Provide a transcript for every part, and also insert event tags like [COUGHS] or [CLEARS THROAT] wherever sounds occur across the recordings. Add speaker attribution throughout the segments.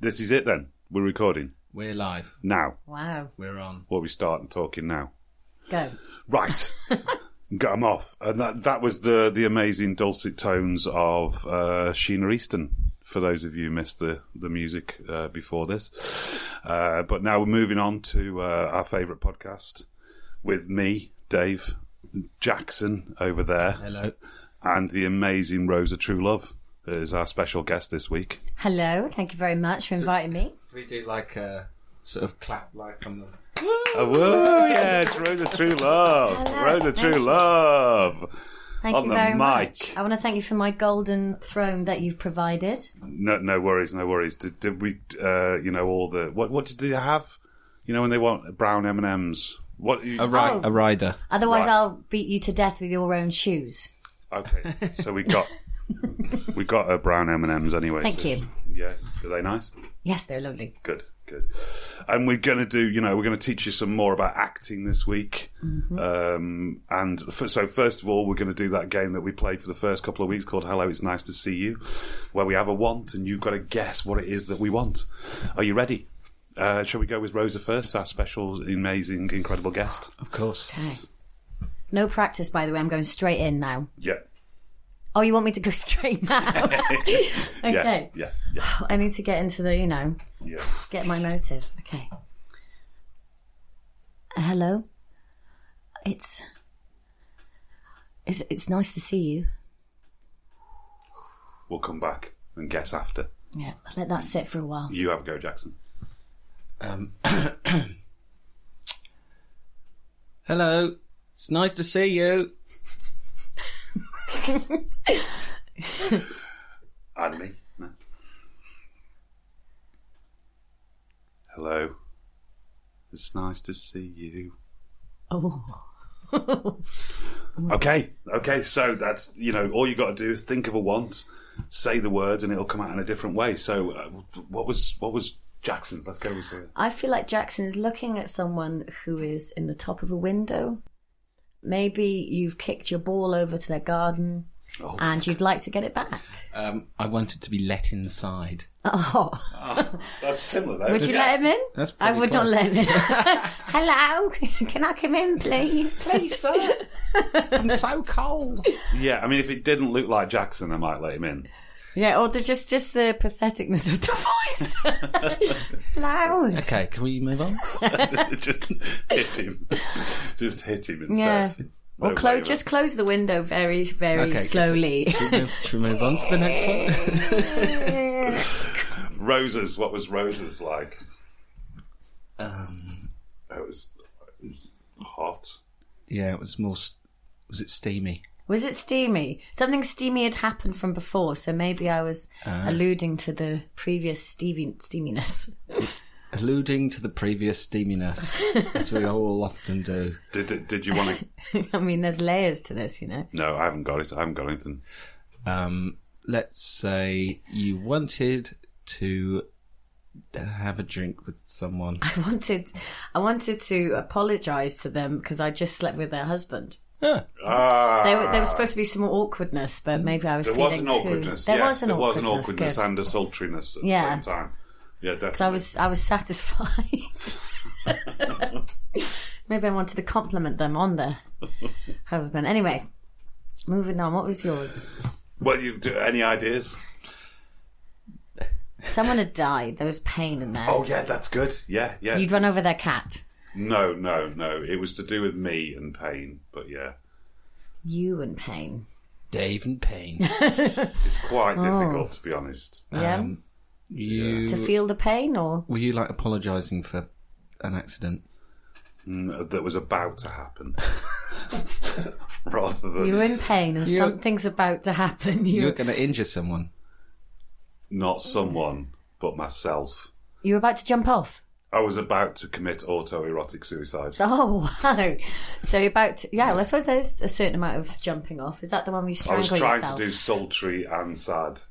Speaker 1: This is it then. We're recording
Speaker 2: We're live.
Speaker 1: now.
Speaker 3: Wow.
Speaker 2: We're on.
Speaker 1: Well, we start talking now.
Speaker 3: Go.
Speaker 1: Right. Got 'em off. And that, that was the, the amazing dulcet tones of uh, Sheena Easton, for those of you who missed the, the music uh, before this. Uh, but now we're moving on to uh, our favourite podcast with me, Dave Jackson, over there,
Speaker 2: Hello.
Speaker 1: and the amazing Rosa True Love is our special guest this week.
Speaker 3: Hello. Thank you very much for inviting me.
Speaker 2: Do we do like a sort of clap like on the.
Speaker 1: Oh, woo, yes, Rosa True Love.
Speaker 3: Hello,
Speaker 1: Rosa
Speaker 3: thank
Speaker 1: True
Speaker 3: you.
Speaker 1: Love.
Speaker 3: Thank
Speaker 1: On
Speaker 3: you
Speaker 1: the
Speaker 3: very
Speaker 1: mic.
Speaker 3: much. I want to thank you for my golden throne that you've provided.
Speaker 1: No, no worries, no worries. Did, did we, uh, you know, all the what? What did they have? You know, when they want brown M and M's. What? You,
Speaker 2: A, ri-
Speaker 3: Oh.
Speaker 2: a rider.
Speaker 3: Otherwise,
Speaker 1: Right.
Speaker 3: I'll beat you to death with your own shoes.
Speaker 1: Oh, okay, so we got we got a brown M and M's anyway.
Speaker 3: Thank
Speaker 1: so-
Speaker 3: you.
Speaker 1: Yeah, are they nice?
Speaker 3: Yes, they're lovely.
Speaker 1: Good, good. And we're going to do, you know, we're going to teach you some more about acting this week. Um, and f- so, first of all, we're going to do that game that we played for the first couple of weeks called Hello, It's Nice to See You, where we have a want and you've got to guess what it is that we want. Are you ready? Uh, shall we go with Rosa first, our special, amazing, incredible guest?
Speaker 2: Of course.
Speaker 3: Okay. No practice, by the way. I'm going straight in now.
Speaker 1: Yeah.
Speaker 3: Oh, you want me to go [LAUGHS] straight now? okay.
Speaker 1: [LAUGHS] Yeah. Yeah. yeah.
Speaker 3: I need to get into the, you know,
Speaker 1: yeah.
Speaker 3: get my motive. Okay. Uh, Hello. It's it's it's nice to see you.
Speaker 1: We'll come back and guess after.
Speaker 3: Yeah, let that sit for a while.
Speaker 1: You have a go, Jackson.
Speaker 2: Um, [CLEARS THROAT] Hello. It's nice to see you.
Speaker 1: And me. No. Hello. It's nice to see you.
Speaker 3: [LAUGHS] Oh,
Speaker 1: Okay, okay. So that's you know all you got to do is think of a want, say the words, and it'll come out in a different way. So uh, what was what was Jackson's? Let's go with the-
Speaker 3: I feel like Jackson is looking at someone who is in the top of a window. Maybe you've kicked your ball over to their garden
Speaker 1: Oh.
Speaker 3: and you'd like to get it [LAUGHS] back.
Speaker 2: Um, I wanted to be let inside.
Speaker 3: Oh,
Speaker 1: [LAUGHS] Ah, that's similar though.
Speaker 3: would you let him in?
Speaker 2: That's
Speaker 3: I
Speaker 2: pretty
Speaker 3: would not
Speaker 2: close.
Speaker 3: let him [LAUGHS] in. Hello, [LAUGHS] can I come in, please?
Speaker 2: Please, sir. [LAUGHS] I'm so cold.
Speaker 1: Yeah, I mean, if it didn't look like Jackson, I might let him in. [LAUGHS]
Speaker 3: Yeah, or the, just just the patheticness of the [LAUGHS] voice. Hello.
Speaker 2: Okay, can we move on?
Speaker 1: Just hit him. [LAUGHS] Just hit him
Speaker 3: Yeah.
Speaker 1: instead.
Speaker 3: Or
Speaker 1: No
Speaker 3: close,
Speaker 1: way,
Speaker 3: just close the window very, very
Speaker 2: Okay,
Speaker 3: slowly.
Speaker 2: Should we move, should we move on to the next one?
Speaker 3: [LAUGHS]
Speaker 1: Roses. What was roses like? Oh,
Speaker 2: um,
Speaker 1: It was, it was hot.
Speaker 2: yeah, it was more. s was it steamy?
Speaker 3: Was it steamy? Something steamy had happened from before, so maybe I was
Speaker 1: Ah.
Speaker 3: alluding to the previous steamy, steaminess. [LAUGHS]
Speaker 2: Alluding to the previous steaminess, as we all often do.
Speaker 1: Did did, did you
Speaker 3: [LAUGHS]
Speaker 1: want to?
Speaker 3: I mean, there's layers to this, you know.
Speaker 1: no, I haven't got it. I haven't got anything.
Speaker 2: um, let's say you wanted to have a drink with someone.
Speaker 3: I wanted, I wanted to apologise to them because I just slept with their husband.
Speaker 2: Ah,
Speaker 1: Ah,
Speaker 3: There, were, there was supposed to be some awkwardness, but maybe I was
Speaker 1: there was
Speaker 3: feeling
Speaker 1: an
Speaker 3: too.
Speaker 1: awkwardness.
Speaker 3: There
Speaker 1: yeah,
Speaker 3: was an
Speaker 1: there was
Speaker 3: awkwardness.
Speaker 1: an awkwardness
Speaker 3: good.
Speaker 1: and a sultriness at
Speaker 3: Yeah.
Speaker 1: the same time. Yeah, definitely.
Speaker 3: So I was I was satisfied. [LAUGHS] Maybe I wanted to compliment them on their husband. Anyway, moving on. What was yours?
Speaker 1: Well, you do, any ideas?
Speaker 3: Someone had died. There was pain in there.
Speaker 1: Oh yeah, that's good. Yeah, yeah.
Speaker 3: You'd run over their cat.
Speaker 1: No, no, no. It was to do with me and pain, but yeah,
Speaker 3: You and pain.
Speaker 2: Dave and Payne.
Speaker 1: it's quite
Speaker 3: Oh.
Speaker 1: difficult to be honest.
Speaker 3: [LAUGHS] Yeah.
Speaker 2: Um, you
Speaker 3: to feel the pain, or
Speaker 2: were you like apologising for an accident?
Speaker 1: Mm, that was about to
Speaker 3: [LAUGHS]
Speaker 1: happen, rather than
Speaker 3: you were in pain and
Speaker 2: You-
Speaker 3: something's about to happen. You
Speaker 2: You were
Speaker 3: you,
Speaker 2: going to injure someone.
Speaker 1: not someone but myself.
Speaker 3: were about to jump off.
Speaker 1: I was about to commit autoerotic suicide.
Speaker 3: Oh wow! So you're about to, yeah. Well, I suppose there's a certain amount of jumping off. Is that the one we
Speaker 1: I
Speaker 3: strangle
Speaker 1: was trying
Speaker 3: yourself?
Speaker 1: to do sultry and sad,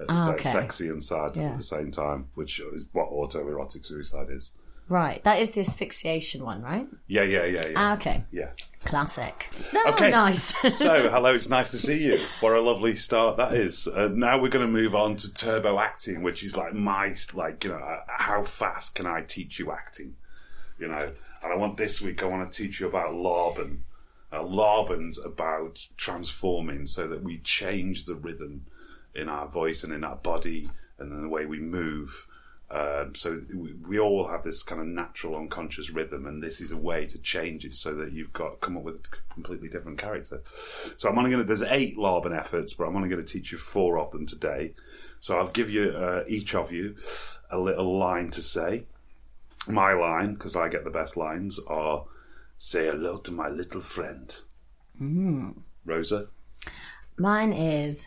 Speaker 1: at the
Speaker 3: Ah,
Speaker 1: same,
Speaker 3: okay.
Speaker 1: sexy and sad
Speaker 3: Yeah.
Speaker 1: at the same time, which is what autoerotic suicide is.
Speaker 3: Right. That is the asphyxiation one, right?
Speaker 1: Yeah, yeah, yeah, yeah.
Speaker 3: Ah, okay.
Speaker 1: yeah.
Speaker 3: Classic. Oh,
Speaker 1: Okay.
Speaker 3: nice.
Speaker 1: so, hello, it's nice to see you. What a lovely start that is. Uh, now we're going to move on to turbo acting, which is like my, like, you know, uh, how fast can I teach you acting? You know, and I want this week, I want to teach you about Laban. Uh, Laban's about transforming so that we change the rhythm in our voice and in our body and in the way we move. Um, so we, we all have this kind of natural unconscious rhythm, and this is a way to change it so that you've got come up with a completely different character. So I'm only going to there's eight Laban efforts, but I'm only going to teach you four of them today. So I'll give you uh, each of you a little line to say. My line, because I get the best lines, are "Say hello to my little friend."
Speaker 2: Hmm.
Speaker 1: Rosa,
Speaker 3: [LAUGHS] Mine is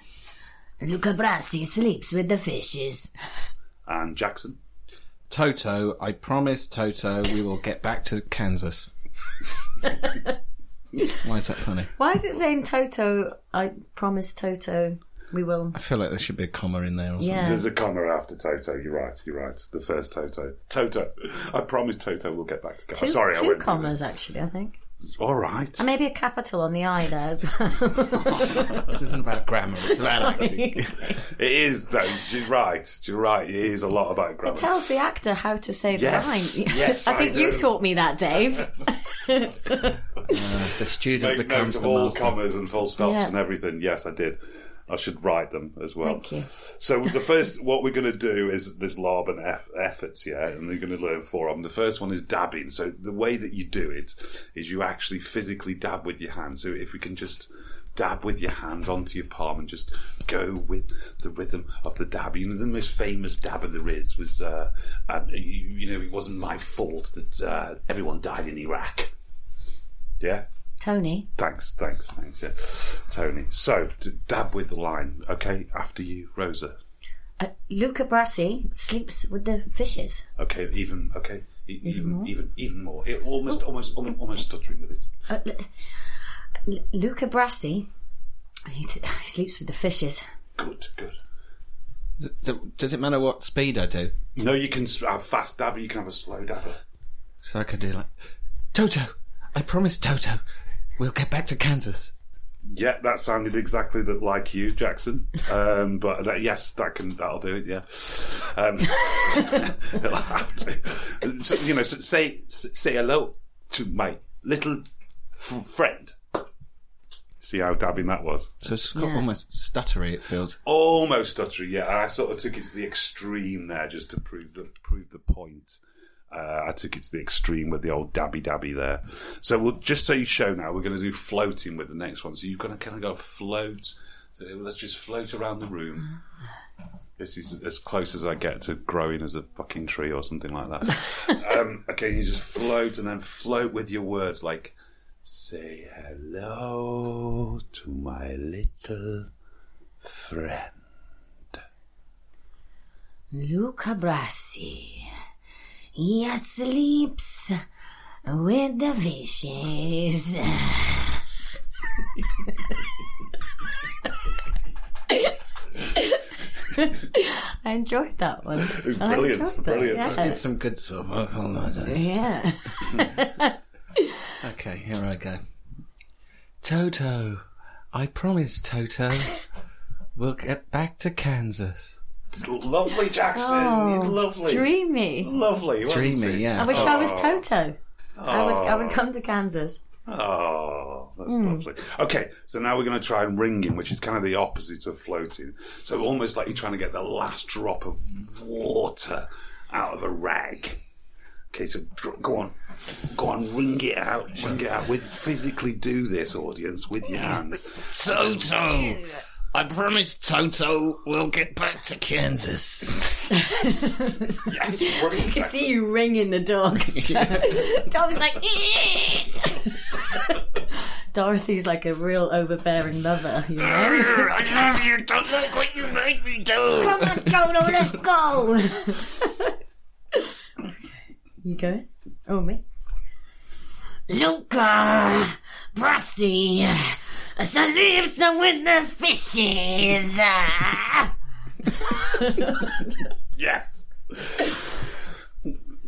Speaker 3: Luca Brasi sleeps with the fishes.
Speaker 1: and Jackson.
Speaker 2: Toto, I promise Toto we will get back to
Speaker 3: [LAUGHS]
Speaker 2: Kansas. Why is that funny?
Speaker 3: Why is it saying Toto? I promise Toto we will.
Speaker 2: I feel like there should be a comma in there or something.
Speaker 3: Yeah.
Speaker 1: There's a comma after Toto. You're right. You're right. The first Toto. Toto. I promise Toto will get back to.
Speaker 3: Two,
Speaker 1: Sorry, I
Speaker 3: two
Speaker 1: went.
Speaker 3: commas actually, I think.
Speaker 1: All right.
Speaker 3: And maybe a capital on the I there as
Speaker 1: [LAUGHS]
Speaker 3: well.
Speaker 2: This isn't about grammar, it's
Speaker 3: [LAUGHS]
Speaker 2: about acting.
Speaker 1: It is though. You're right. You're right. It is a lot about grammar.
Speaker 3: It tells the actor how to say the
Speaker 1: Yes,
Speaker 3: line. [LAUGHS]
Speaker 1: yes,
Speaker 3: I
Speaker 1: I
Speaker 3: think you
Speaker 1: know.
Speaker 3: taught me
Speaker 1: [LAUGHS]
Speaker 3: that, Dave.
Speaker 2: The student
Speaker 1: Make notes
Speaker 2: becomes
Speaker 1: of
Speaker 2: the
Speaker 1: all
Speaker 2: master.
Speaker 1: commas and full stops
Speaker 3: Yeah.
Speaker 1: and everything. Yes, I did. I should write them as well.
Speaker 3: Thank you.
Speaker 1: So the first, what we're going to do is this lob and eff- efforts, yeah, and you're going to learn four of them. The first one is dabbing. So the way that you do it is you actually physically dab with your hands. So if we can just dab with your hands onto your palm and just go with the rhythm of the dab. You know, the most famous dabber there is was, uh, um, you, you know, it wasn't my fault that uh, everyone died in Iraq. Yeah.
Speaker 3: Tony.
Speaker 1: Thanks, thanks, thanks, yeah. Tony. So, d- dab with the line, okay? After you, Rosa.
Speaker 3: Uh, Luca Brasi sleeps with the fishes.
Speaker 1: Okay, even, okay? E- even,
Speaker 3: more?
Speaker 1: even, even more. It almost, almost, almost, almost stuttering with it.
Speaker 3: Uh, L- L- Luca Brasi he, t- [LAUGHS] he sleeps with the fishes.
Speaker 1: Good, good.
Speaker 2: Th- th- Does it matter what speed I do?
Speaker 1: No, you can s- have fast dabber, you can have a slow dabber.
Speaker 2: So I could do like, Toto, I promise Toto we'll get back to Kansas.
Speaker 1: Yeah, that sounded exactly that like you, Jackson. Um, but that, yes, that can that'll do it. Yeah, um, [LAUGHS] it'll have to. So, you know, so say s- say hello to my little f- friend. See how dabbing that was.
Speaker 2: So it's got
Speaker 3: Yeah.
Speaker 2: almost stuttery, it feels.
Speaker 1: Almost stuttery. Yeah, and I sort of took it to the extreme there just to prove the prove the point. Uh, I took it to the extreme with the old dabby dabby there. So we'll just so you show now, we're going to do floating with the next one. So you're going to kind of go float. So let's just float around the room. This is as close as I get to growing as a fucking tree or something like that. um, okay, you just float and then float with your words like, say hello to my little friend.
Speaker 3: Luca Brasi. He sleeps with the fishes. [LAUGHS] I enjoyed that one.
Speaker 1: was
Speaker 3: I
Speaker 1: brilliant,
Speaker 3: enjoyed that,
Speaker 1: brilliant.
Speaker 2: Did some good sort of oh, no, no.
Speaker 1: [LAUGHS]
Speaker 3: Yeah. yeah.
Speaker 2: Okay, here I go. Toto, I promise Toto we'll get back to Kansas.
Speaker 1: Lovely, Jackson.
Speaker 3: Oh,
Speaker 1: You're lovely.
Speaker 3: Dreamy.
Speaker 1: Lovely. wasn't
Speaker 2: Dreamy,
Speaker 1: it?
Speaker 2: yeah.
Speaker 3: I wish I was Toto. I would I would come to Kansas.
Speaker 1: Oh, that's
Speaker 3: Hmm.
Speaker 1: lovely. Okay, so now we're going to try and ring him, which is kind of the opposite of floating. So almost like you're trying to get the last drop of water out of a rag. Okay, so dr- go on, go on, ring it out, ring it out. With physically do this, audience, with your
Speaker 3: [LAUGHS]
Speaker 1: hands.
Speaker 2: Toto, I promise Toto we'll get back to Kansas.
Speaker 1: Yes, brilliant,
Speaker 3: I
Speaker 1: Jackson.
Speaker 3: see you ringing the [LAUGHS] dog. Tom's like, "Eh." Dorothy's like a real overbearing mother, you know? [LAUGHS]
Speaker 2: I love you. Don't look what you made me do.
Speaker 3: Come on, Toto, let's go! you going? Oh, me? Luca Brassi lives with the fishes.
Speaker 1: Yes.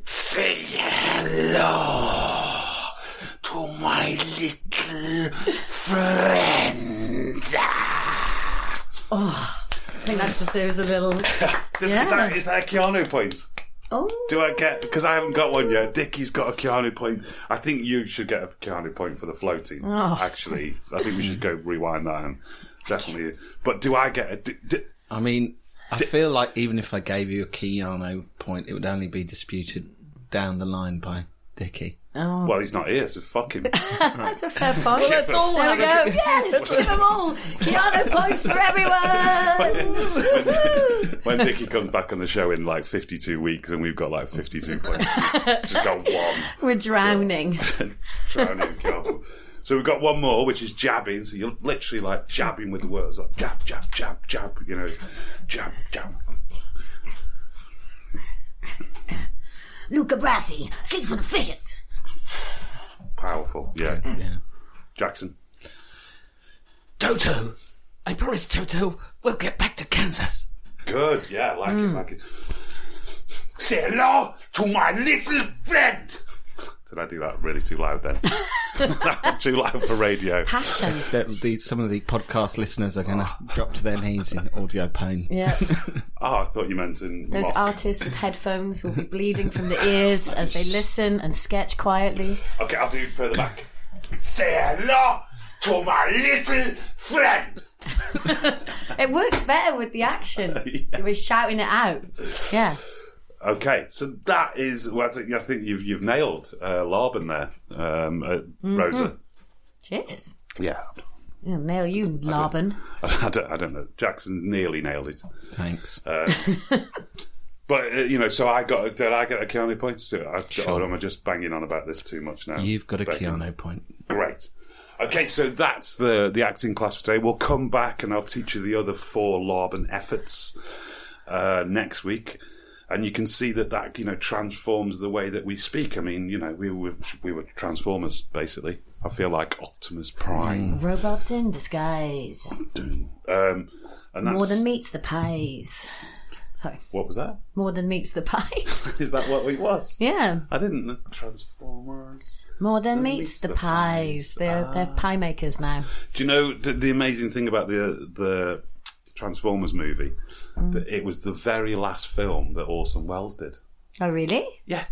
Speaker 1: Say hello to my little friend.
Speaker 3: I think that's a series of little.
Speaker 1: Does, is, that, is that a Keanu point?
Speaker 3: Oh,
Speaker 1: Do I get? Because I haven't got one yet. Dickie's got a Keanu point. I think you should get a Keanu point for the floating.
Speaker 3: Oh.
Speaker 1: Actually, I think we should go rewind that and definitely. But do I get a? di- di-
Speaker 2: I mean, I feel like even if I gave you a Keanu point, it would only be disputed down the line by Dickie.
Speaker 1: well, he's not here, so fuck him.
Speaker 3: that's a fair point.
Speaker 2: let's all
Speaker 3: there we
Speaker 2: have
Speaker 3: go.
Speaker 2: a-
Speaker 3: Yeah, let's give them all. Keanu points for
Speaker 2: [LAUGHS]
Speaker 3: everyone.
Speaker 1: [LAUGHS] when Dickie comes back on the show in like 52 weeks and we've got like 52 points, [LAUGHS] we've just got one
Speaker 3: We're drowning.
Speaker 1: drowning couple. So we've got one more, which is jabbing. So you're literally like jabbing with the words, like jab, jab, jab, jab. You know, jab, jab.
Speaker 3: Luca Brasi sleeps with the fishes.
Speaker 1: Powerful, yeah.
Speaker 2: Yeah.
Speaker 1: Jackson.
Speaker 2: Toto! I promise Toto we'll get back to Kansas.
Speaker 1: Good, yeah, like it, like it. Say hello to my little friend. Did I do that really too loud then? [LAUGHS] too loud for radio.
Speaker 3: Passion.
Speaker 2: some of the podcast listeners are going to drop to their knees in audio pain.
Speaker 3: Yeah,
Speaker 1: Oh, I thought you meant in.
Speaker 3: those
Speaker 1: mock.
Speaker 3: artists with headphones will be bleeding from the ears as they listen and sketch quietly.
Speaker 1: Okay, I'll do it further back. Say hello to my little friend.
Speaker 3: It works better with the action.
Speaker 2: [LAUGHS]
Speaker 3: We're shouting it out. Yeah.
Speaker 1: Okay, so that is. Well, I think I think you've you've nailed uh, Laban there, um, uh,
Speaker 2: Mm-hmm.
Speaker 1: Rosa.
Speaker 3: Cheers.
Speaker 1: Yeah, [LAUGHS]
Speaker 3: I'll nail you, Laban.
Speaker 1: I don't, I don't know. Jackson nearly nailed it,
Speaker 2: Thanks.
Speaker 1: but uh, you know. So I got. Did I get a Keanu point? So I,
Speaker 2: Sure.
Speaker 1: Or am I just banging on about this too much now?
Speaker 2: You've got a
Speaker 1: Becky?
Speaker 2: Keanu point.
Speaker 1: Great. Okay, so that's the the acting class for today. We'll come back and I'll teach you the other four Laban efforts uh, next week. And you can see that that you know transforms the way that we speak. I mean, you know, we were we were transformers basically. I feel like Optimus
Speaker 3: Mm.
Speaker 1: Prime.
Speaker 3: Robots in disguise.
Speaker 1: Um, and that's
Speaker 3: More than meets the pies. Sorry.
Speaker 1: what was that?
Speaker 3: More than meets
Speaker 2: [LAUGHS]
Speaker 3: the pies.
Speaker 1: Is that what it was?
Speaker 3: yeah.
Speaker 1: I didn't Transformers.
Speaker 3: More than meets the pies. They're they're
Speaker 1: Ah.
Speaker 3: pie makers now.
Speaker 1: Do you know the, the amazing thing about the the Transformers movie?
Speaker 3: Mm.
Speaker 1: That it was the very last film that Orson Welles did.
Speaker 3: Oh really?
Speaker 1: Yeah,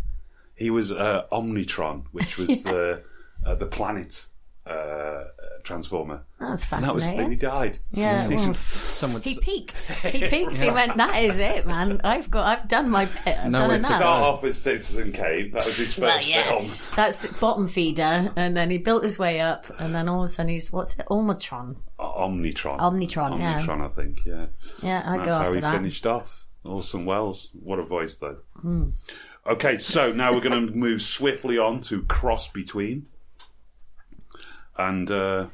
Speaker 1: he was uh, Omnitron, which
Speaker 3: [LAUGHS]
Speaker 1: was the uh, the planet uh, uh, transformer.
Speaker 3: That's
Speaker 1: And that was then [LAUGHS]
Speaker 3: fascinating.
Speaker 1: he died.
Speaker 3: yeah.
Speaker 1: He's-
Speaker 3: oof.
Speaker 2: Someone
Speaker 3: [LAUGHS] He
Speaker 1: [LAUGHS]
Speaker 3: peaked. He peaked. He went. That is it, man. I've got. I've done my bit. I've
Speaker 2: No,
Speaker 3: done
Speaker 2: it's
Speaker 3: enough.
Speaker 1: Start off with Citizen Kane. That was his first
Speaker 3: Well, yeah,
Speaker 1: film.
Speaker 3: that's bottom feeder, and then he built his way up, and then all of a sudden he's what's it, Ormatron?
Speaker 1: O- Omnitron.
Speaker 3: Omnitron, yeah.
Speaker 1: Omnitron, I think. Yeah.
Speaker 3: Yeah, I go
Speaker 1: That's how
Speaker 3: after
Speaker 1: he
Speaker 3: that.
Speaker 1: finished off. Orson Welles. What a voice, though.
Speaker 3: Hmm.
Speaker 1: Okay, so now we're going to move swiftly on to Cross Between. And, uh,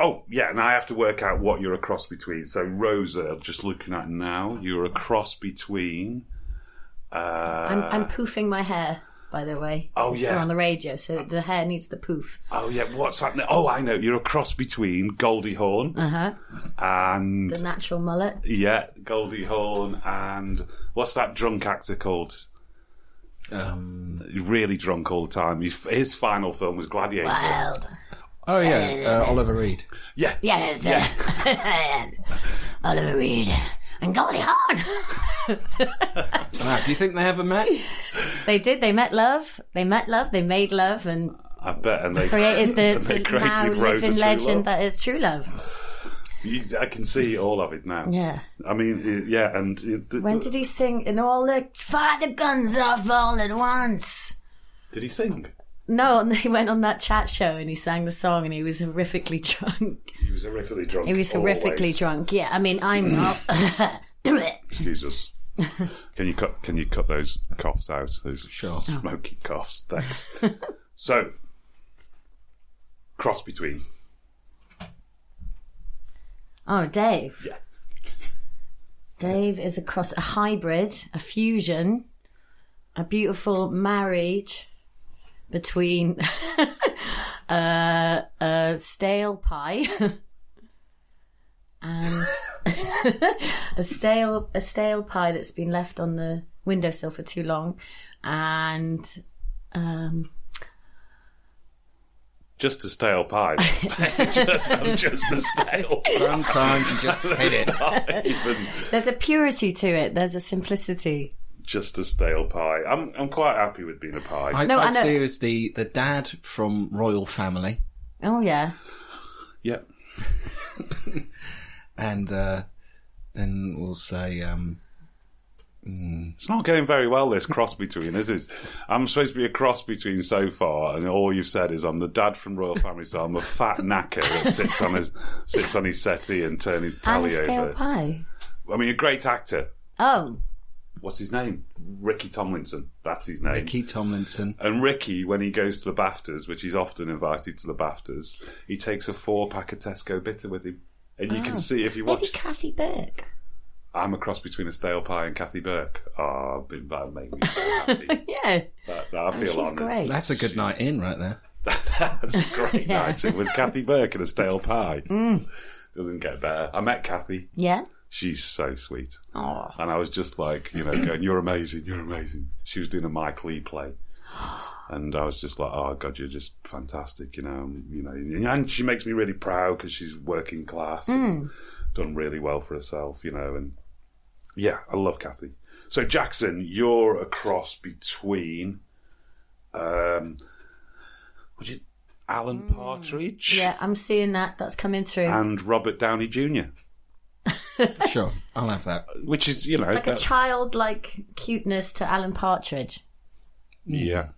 Speaker 1: oh, yeah, and I have to work out what you're a cross between. So, Rosa, just looking at now, you're a cross between.
Speaker 3: I'm, I'm poofing my hair, by the way.
Speaker 1: Oh,
Speaker 3: It's
Speaker 1: yeah.
Speaker 3: on the radio, so the hair needs the poof.
Speaker 1: Oh, yeah, what's happening? Oh, I know. You're a cross between Goldie Hawn
Speaker 3: Uh huh.
Speaker 1: and.
Speaker 3: The natural mullet.
Speaker 1: Yeah, Goldie Hawn and. What's that drunk actor called?
Speaker 2: Um,
Speaker 1: He's really drunk all the time. His, his final film was Gladiator.
Speaker 3: Wild.
Speaker 2: oh, yeah, uh, Oliver Reed.
Speaker 1: Yeah.
Speaker 3: Yes. [LAUGHS] Oliver Reed and Goldie Hawn.
Speaker 2: Wow, do you think they ever met?
Speaker 3: They did. They met love. They met love. They made love and
Speaker 1: I bet. And they
Speaker 3: created
Speaker 1: and
Speaker 3: the,
Speaker 1: [LAUGHS] they
Speaker 3: the
Speaker 1: created
Speaker 3: now
Speaker 1: Rosa
Speaker 3: living
Speaker 1: True
Speaker 3: legend
Speaker 1: Love.
Speaker 3: that is true love.
Speaker 1: You- I can see all of it now.
Speaker 3: Yeah.
Speaker 1: I mean, uh, yeah, and uh, th-
Speaker 3: When did he sing? And all the fire the guns off all at once.
Speaker 1: did he sing?
Speaker 3: No, [LAUGHS] and he went on that chat show and he sang the song and he was horrifically [LAUGHS] drunk.
Speaker 1: He was horrifically drunk.
Speaker 3: He was horrifically
Speaker 1: always.
Speaker 3: drunk. Yeah, I mean,
Speaker 1: [COUGHS]
Speaker 3: I'm [COUGHS] not.
Speaker 1: Excuse
Speaker 3: [LAUGHS]
Speaker 1: us. can you cut? Can you cut those coughs out? Those
Speaker 2: Sure.
Speaker 1: smoky coughs.
Speaker 3: [LAUGHS]
Speaker 1: Thanks. so, cross between.
Speaker 3: oh, Dave.
Speaker 1: Yeah.
Speaker 3: Dave is across a hybrid, a fusion, a beautiful marriage between [LAUGHS] uh, a stale pie [LAUGHS] and a stale a stale pie that's been left on the windowsill for too long, and um,
Speaker 1: Just a stale
Speaker 3: [LAUGHS]
Speaker 1: pie. just, I'm just a stale.
Speaker 2: Sometimes you just hit [LAUGHS] it.
Speaker 1: pie, Even
Speaker 3: there's a purity to it. There's a simplicity.
Speaker 1: just a stale pie. I'm I'm quite happy with being a pie.
Speaker 2: I,
Speaker 3: No,
Speaker 2: I,
Speaker 3: I know-
Speaker 2: see you as the, the dad from Royal Family,
Speaker 3: Oh yeah,
Speaker 1: yeah.
Speaker 2: and uh, then we'll say, um,
Speaker 1: It's not going very well, this cross between us is. I'm supposed to be a cross between so far, and all you've said is I'm the dad from Royal Family, so I'm a fat knacker that sits on his sits on his settee and turns his
Speaker 3: and a
Speaker 1: tally
Speaker 3: stale
Speaker 1: over.
Speaker 3: pie.
Speaker 1: I mean, a great actor.
Speaker 3: Oh,
Speaker 1: What's his name? Ricky Tomlinson. That's his name.
Speaker 2: Ricky Tomlinson.
Speaker 1: And Ricky, when he goes to the BAFTAs, which he's often invited to the BAFTAs, he takes a four pack of Tesco bitter with him. And you
Speaker 3: Ah.
Speaker 1: can see if you
Speaker 3: maybe
Speaker 1: watch.
Speaker 3: Kathy Burke.
Speaker 1: I'm a cross between a stale pie and Kathy Burke. Oh, that made me so
Speaker 3: [LAUGHS]
Speaker 1: happy.
Speaker 3: Yeah,
Speaker 1: that, that I feel
Speaker 3: Oh, she's
Speaker 1: honoured.
Speaker 3: great.
Speaker 2: That's a good night in right there.
Speaker 1: [LAUGHS] That's a
Speaker 3: [LAUGHS]
Speaker 1: great night. It was Kathy Burke and a stale pie.
Speaker 3: Mm.
Speaker 1: Doesn't get better. I met Kathy.
Speaker 3: yeah.
Speaker 1: She's so sweet.
Speaker 3: Oh,
Speaker 1: And I was just like, you know, going, you're amazing, you're amazing. She was doing a Mike Lee
Speaker 3: [GASPS]
Speaker 1: play. And I was just like, oh, God, you're just fantastic, you know. and, You know, and and she makes me really proud because she's working class
Speaker 3: Hmm.
Speaker 1: and done really well for herself, you know. And yeah, I love Kathy. So, Jackson, you're a cross between, um, would you, Alan Partridge
Speaker 3: Hmm. yeah. I'm seeing that. That's coming through.
Speaker 1: and Robert Downey Jr.,
Speaker 2: Sure, I'll have that.
Speaker 1: which is, you know,
Speaker 3: it's like a
Speaker 1: that-
Speaker 3: childlike cuteness to Alan Partridge.
Speaker 1: Yeah.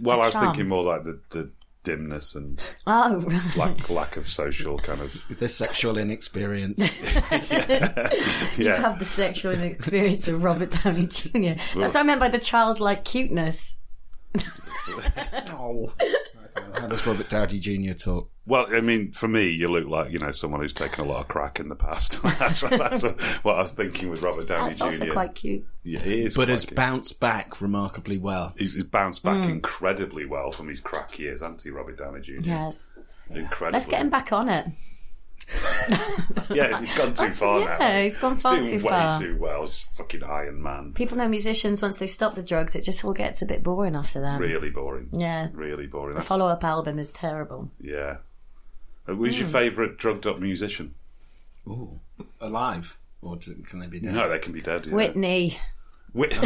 Speaker 1: Well, I was
Speaker 3: charm.
Speaker 1: thinking more like the, the dimness and
Speaker 3: Oh, [LAUGHS] right.
Speaker 1: lack, lack of social kind of.
Speaker 2: With this sexual inexperience.
Speaker 3: You
Speaker 1: Yeah.
Speaker 3: have the sexual experience of Robert Downey Jr. That's what I meant by the childlike cuteness.
Speaker 2: oh. How does Robert Downey Jr. talk?
Speaker 1: Well, I mean, for me, you look like, you know, someone who's taken a lot of crack in the past. [LAUGHS] that's that's what I was thinking with Robert Downey
Speaker 3: That's
Speaker 1: Jr.
Speaker 3: also quite cute.
Speaker 1: yeah, he is
Speaker 2: But
Speaker 1: quite
Speaker 2: has
Speaker 1: good.
Speaker 2: bounced back remarkably well.
Speaker 1: He's he's bounced back
Speaker 3: Mm.
Speaker 1: incredibly well from his crack years, hasn't he, Robert Downey Jr.?
Speaker 3: Yes.
Speaker 1: Incredibly.
Speaker 3: Let's get him back on it.
Speaker 1: Yeah, he's gone
Speaker 3: [LAUGHS]
Speaker 1: too far
Speaker 3: yeah,
Speaker 1: now.
Speaker 3: he's gone far
Speaker 1: doing
Speaker 3: too
Speaker 1: way
Speaker 3: far.
Speaker 1: too well. He's just fucking Iron Man.
Speaker 3: People know musicians, once they stop the drugs, it just all gets a bit boring after that.
Speaker 1: Really boring.
Speaker 3: Yeah.
Speaker 1: Really boring. That's,
Speaker 3: Follow up album is terrible.
Speaker 1: yeah. Uh, Who's
Speaker 3: Mm.
Speaker 1: your favourite drugged up musician?
Speaker 2: Ooh. Alive? Or do- can they be dead?
Speaker 1: No, they can be dead. Yeah. [LAUGHS]
Speaker 3: Whitney.
Speaker 1: Whit-
Speaker 3: [LAUGHS]
Speaker 2: Oh,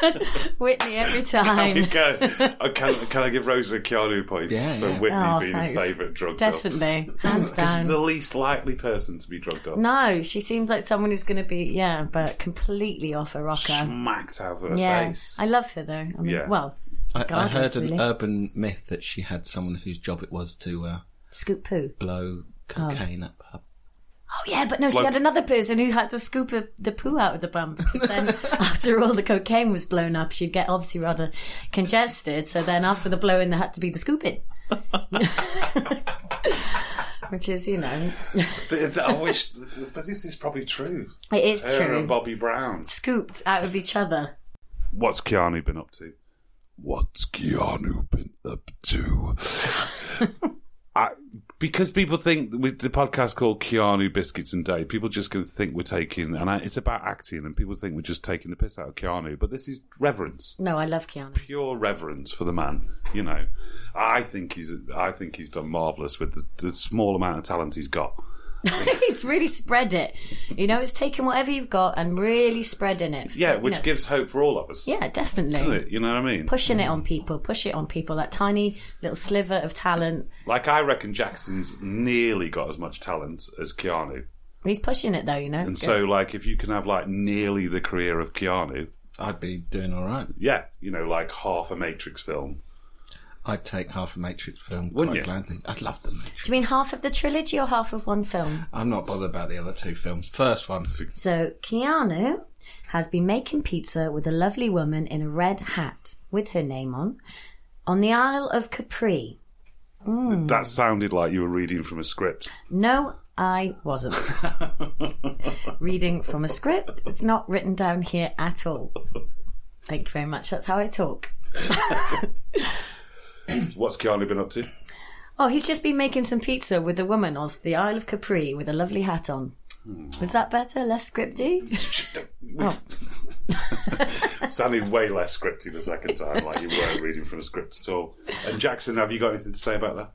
Speaker 2: yeah.
Speaker 3: Whitney
Speaker 1: [LAUGHS]
Speaker 3: every time.
Speaker 1: can, I can, can I give Rosa a Keanu point
Speaker 2: Yeah,
Speaker 1: for
Speaker 2: yeah.
Speaker 1: Whitney
Speaker 3: Oh,
Speaker 1: being
Speaker 3: thanks.
Speaker 1: his favourite drugged up?
Speaker 3: Definitely.
Speaker 1: [LAUGHS]
Speaker 3: Hands
Speaker 1: Because she's
Speaker 3: down.
Speaker 1: the least likely person to be drugged up.
Speaker 3: No, she seems like someone who's going to be, yeah, but completely off a rocker.
Speaker 1: Smacked out of her
Speaker 3: Yeah.
Speaker 1: face.
Speaker 3: I love her though. I mean,
Speaker 1: Yeah.
Speaker 3: Well,
Speaker 2: I, I
Speaker 3: Regardless,
Speaker 2: heard an
Speaker 3: really.
Speaker 2: urban myth that she had someone whose job it was to uh,
Speaker 3: scoop poo.
Speaker 2: blow cocaine up her.
Speaker 3: Oh yeah, but no, she
Speaker 1: Like-
Speaker 3: had another person who had to scoop her, the poo out of the bum. Because
Speaker 1: [LAUGHS]
Speaker 3: then, after all the cocaine was blown up, she'd get obviously rather congested. So then, after the blowing, there had to be the scooping, [LAUGHS] which is you know,
Speaker 1: Th- th- [LAUGHS] I wish, but this is probably true.
Speaker 3: it is
Speaker 1: Her
Speaker 3: true.
Speaker 1: and Bobby Brown.
Speaker 3: Scooped out of each other.
Speaker 1: What's Keanu been up to? What's Keanu been up to? I, because people think with the podcast called Keanu Biscuits and Day, people just going to think we're taking, and I, it's about acting, and people think we're just taking the piss out of Keanu. But this is reverence,
Speaker 3: No, I love Keanu.
Speaker 1: pure reverence for the man. You know, I think he's, I think he's done marvelous with the, the small amount of talent he's got.
Speaker 3: [LAUGHS] He's really spread it. You know, it's taking whatever you've got and really spreading it.
Speaker 1: Yeah,
Speaker 3: You
Speaker 1: which
Speaker 3: know.
Speaker 1: gives hope for all of us.
Speaker 3: yeah, definitely.
Speaker 1: doesn't it? Mm. You know what I mean?
Speaker 3: pushing it on people, push it on people. That tiny little sliver of talent,
Speaker 1: Like I reckon Jackson's nearly got as much talent as Keanu.
Speaker 3: he's pushing it though. You know,
Speaker 1: And
Speaker 3: It's
Speaker 1: so, like, if you can have like nearly the career of Keanu,
Speaker 2: I'd be doing all right.
Speaker 1: yeah, you know, like half a Matrix film.
Speaker 2: I'd take half a Matrix film
Speaker 1: Wouldn't
Speaker 2: quite
Speaker 1: you?
Speaker 2: gladly. I'd love the Matrix.
Speaker 3: Do you mean half of the trilogy or half of one film?
Speaker 2: I'm not bothered about the other two films. First one,
Speaker 3: So Keanu has been making pizza with a lovely woman in a red hat with her name on on the Isle of Capri. Hmm.
Speaker 1: That sounded like you were reading from a script.
Speaker 3: No, I
Speaker 2: [LAUGHS]
Speaker 3: wasn't. Reading from a script. It's not written down here at all. Thank you very much. That's how I talk.
Speaker 1: What's Keanu been up to?
Speaker 3: [LAUGHS] Oh, he's just been making some pizza with a woman off the Isle of Capri with a lovely hat on.
Speaker 2: Hmm.
Speaker 3: Was that better? Less scripty?
Speaker 2: [LAUGHS]
Speaker 3: Oh.
Speaker 1: Sounded way less scripty the second time, like you weren't reading from a script at all. And Jackson, have you got anything to say about that?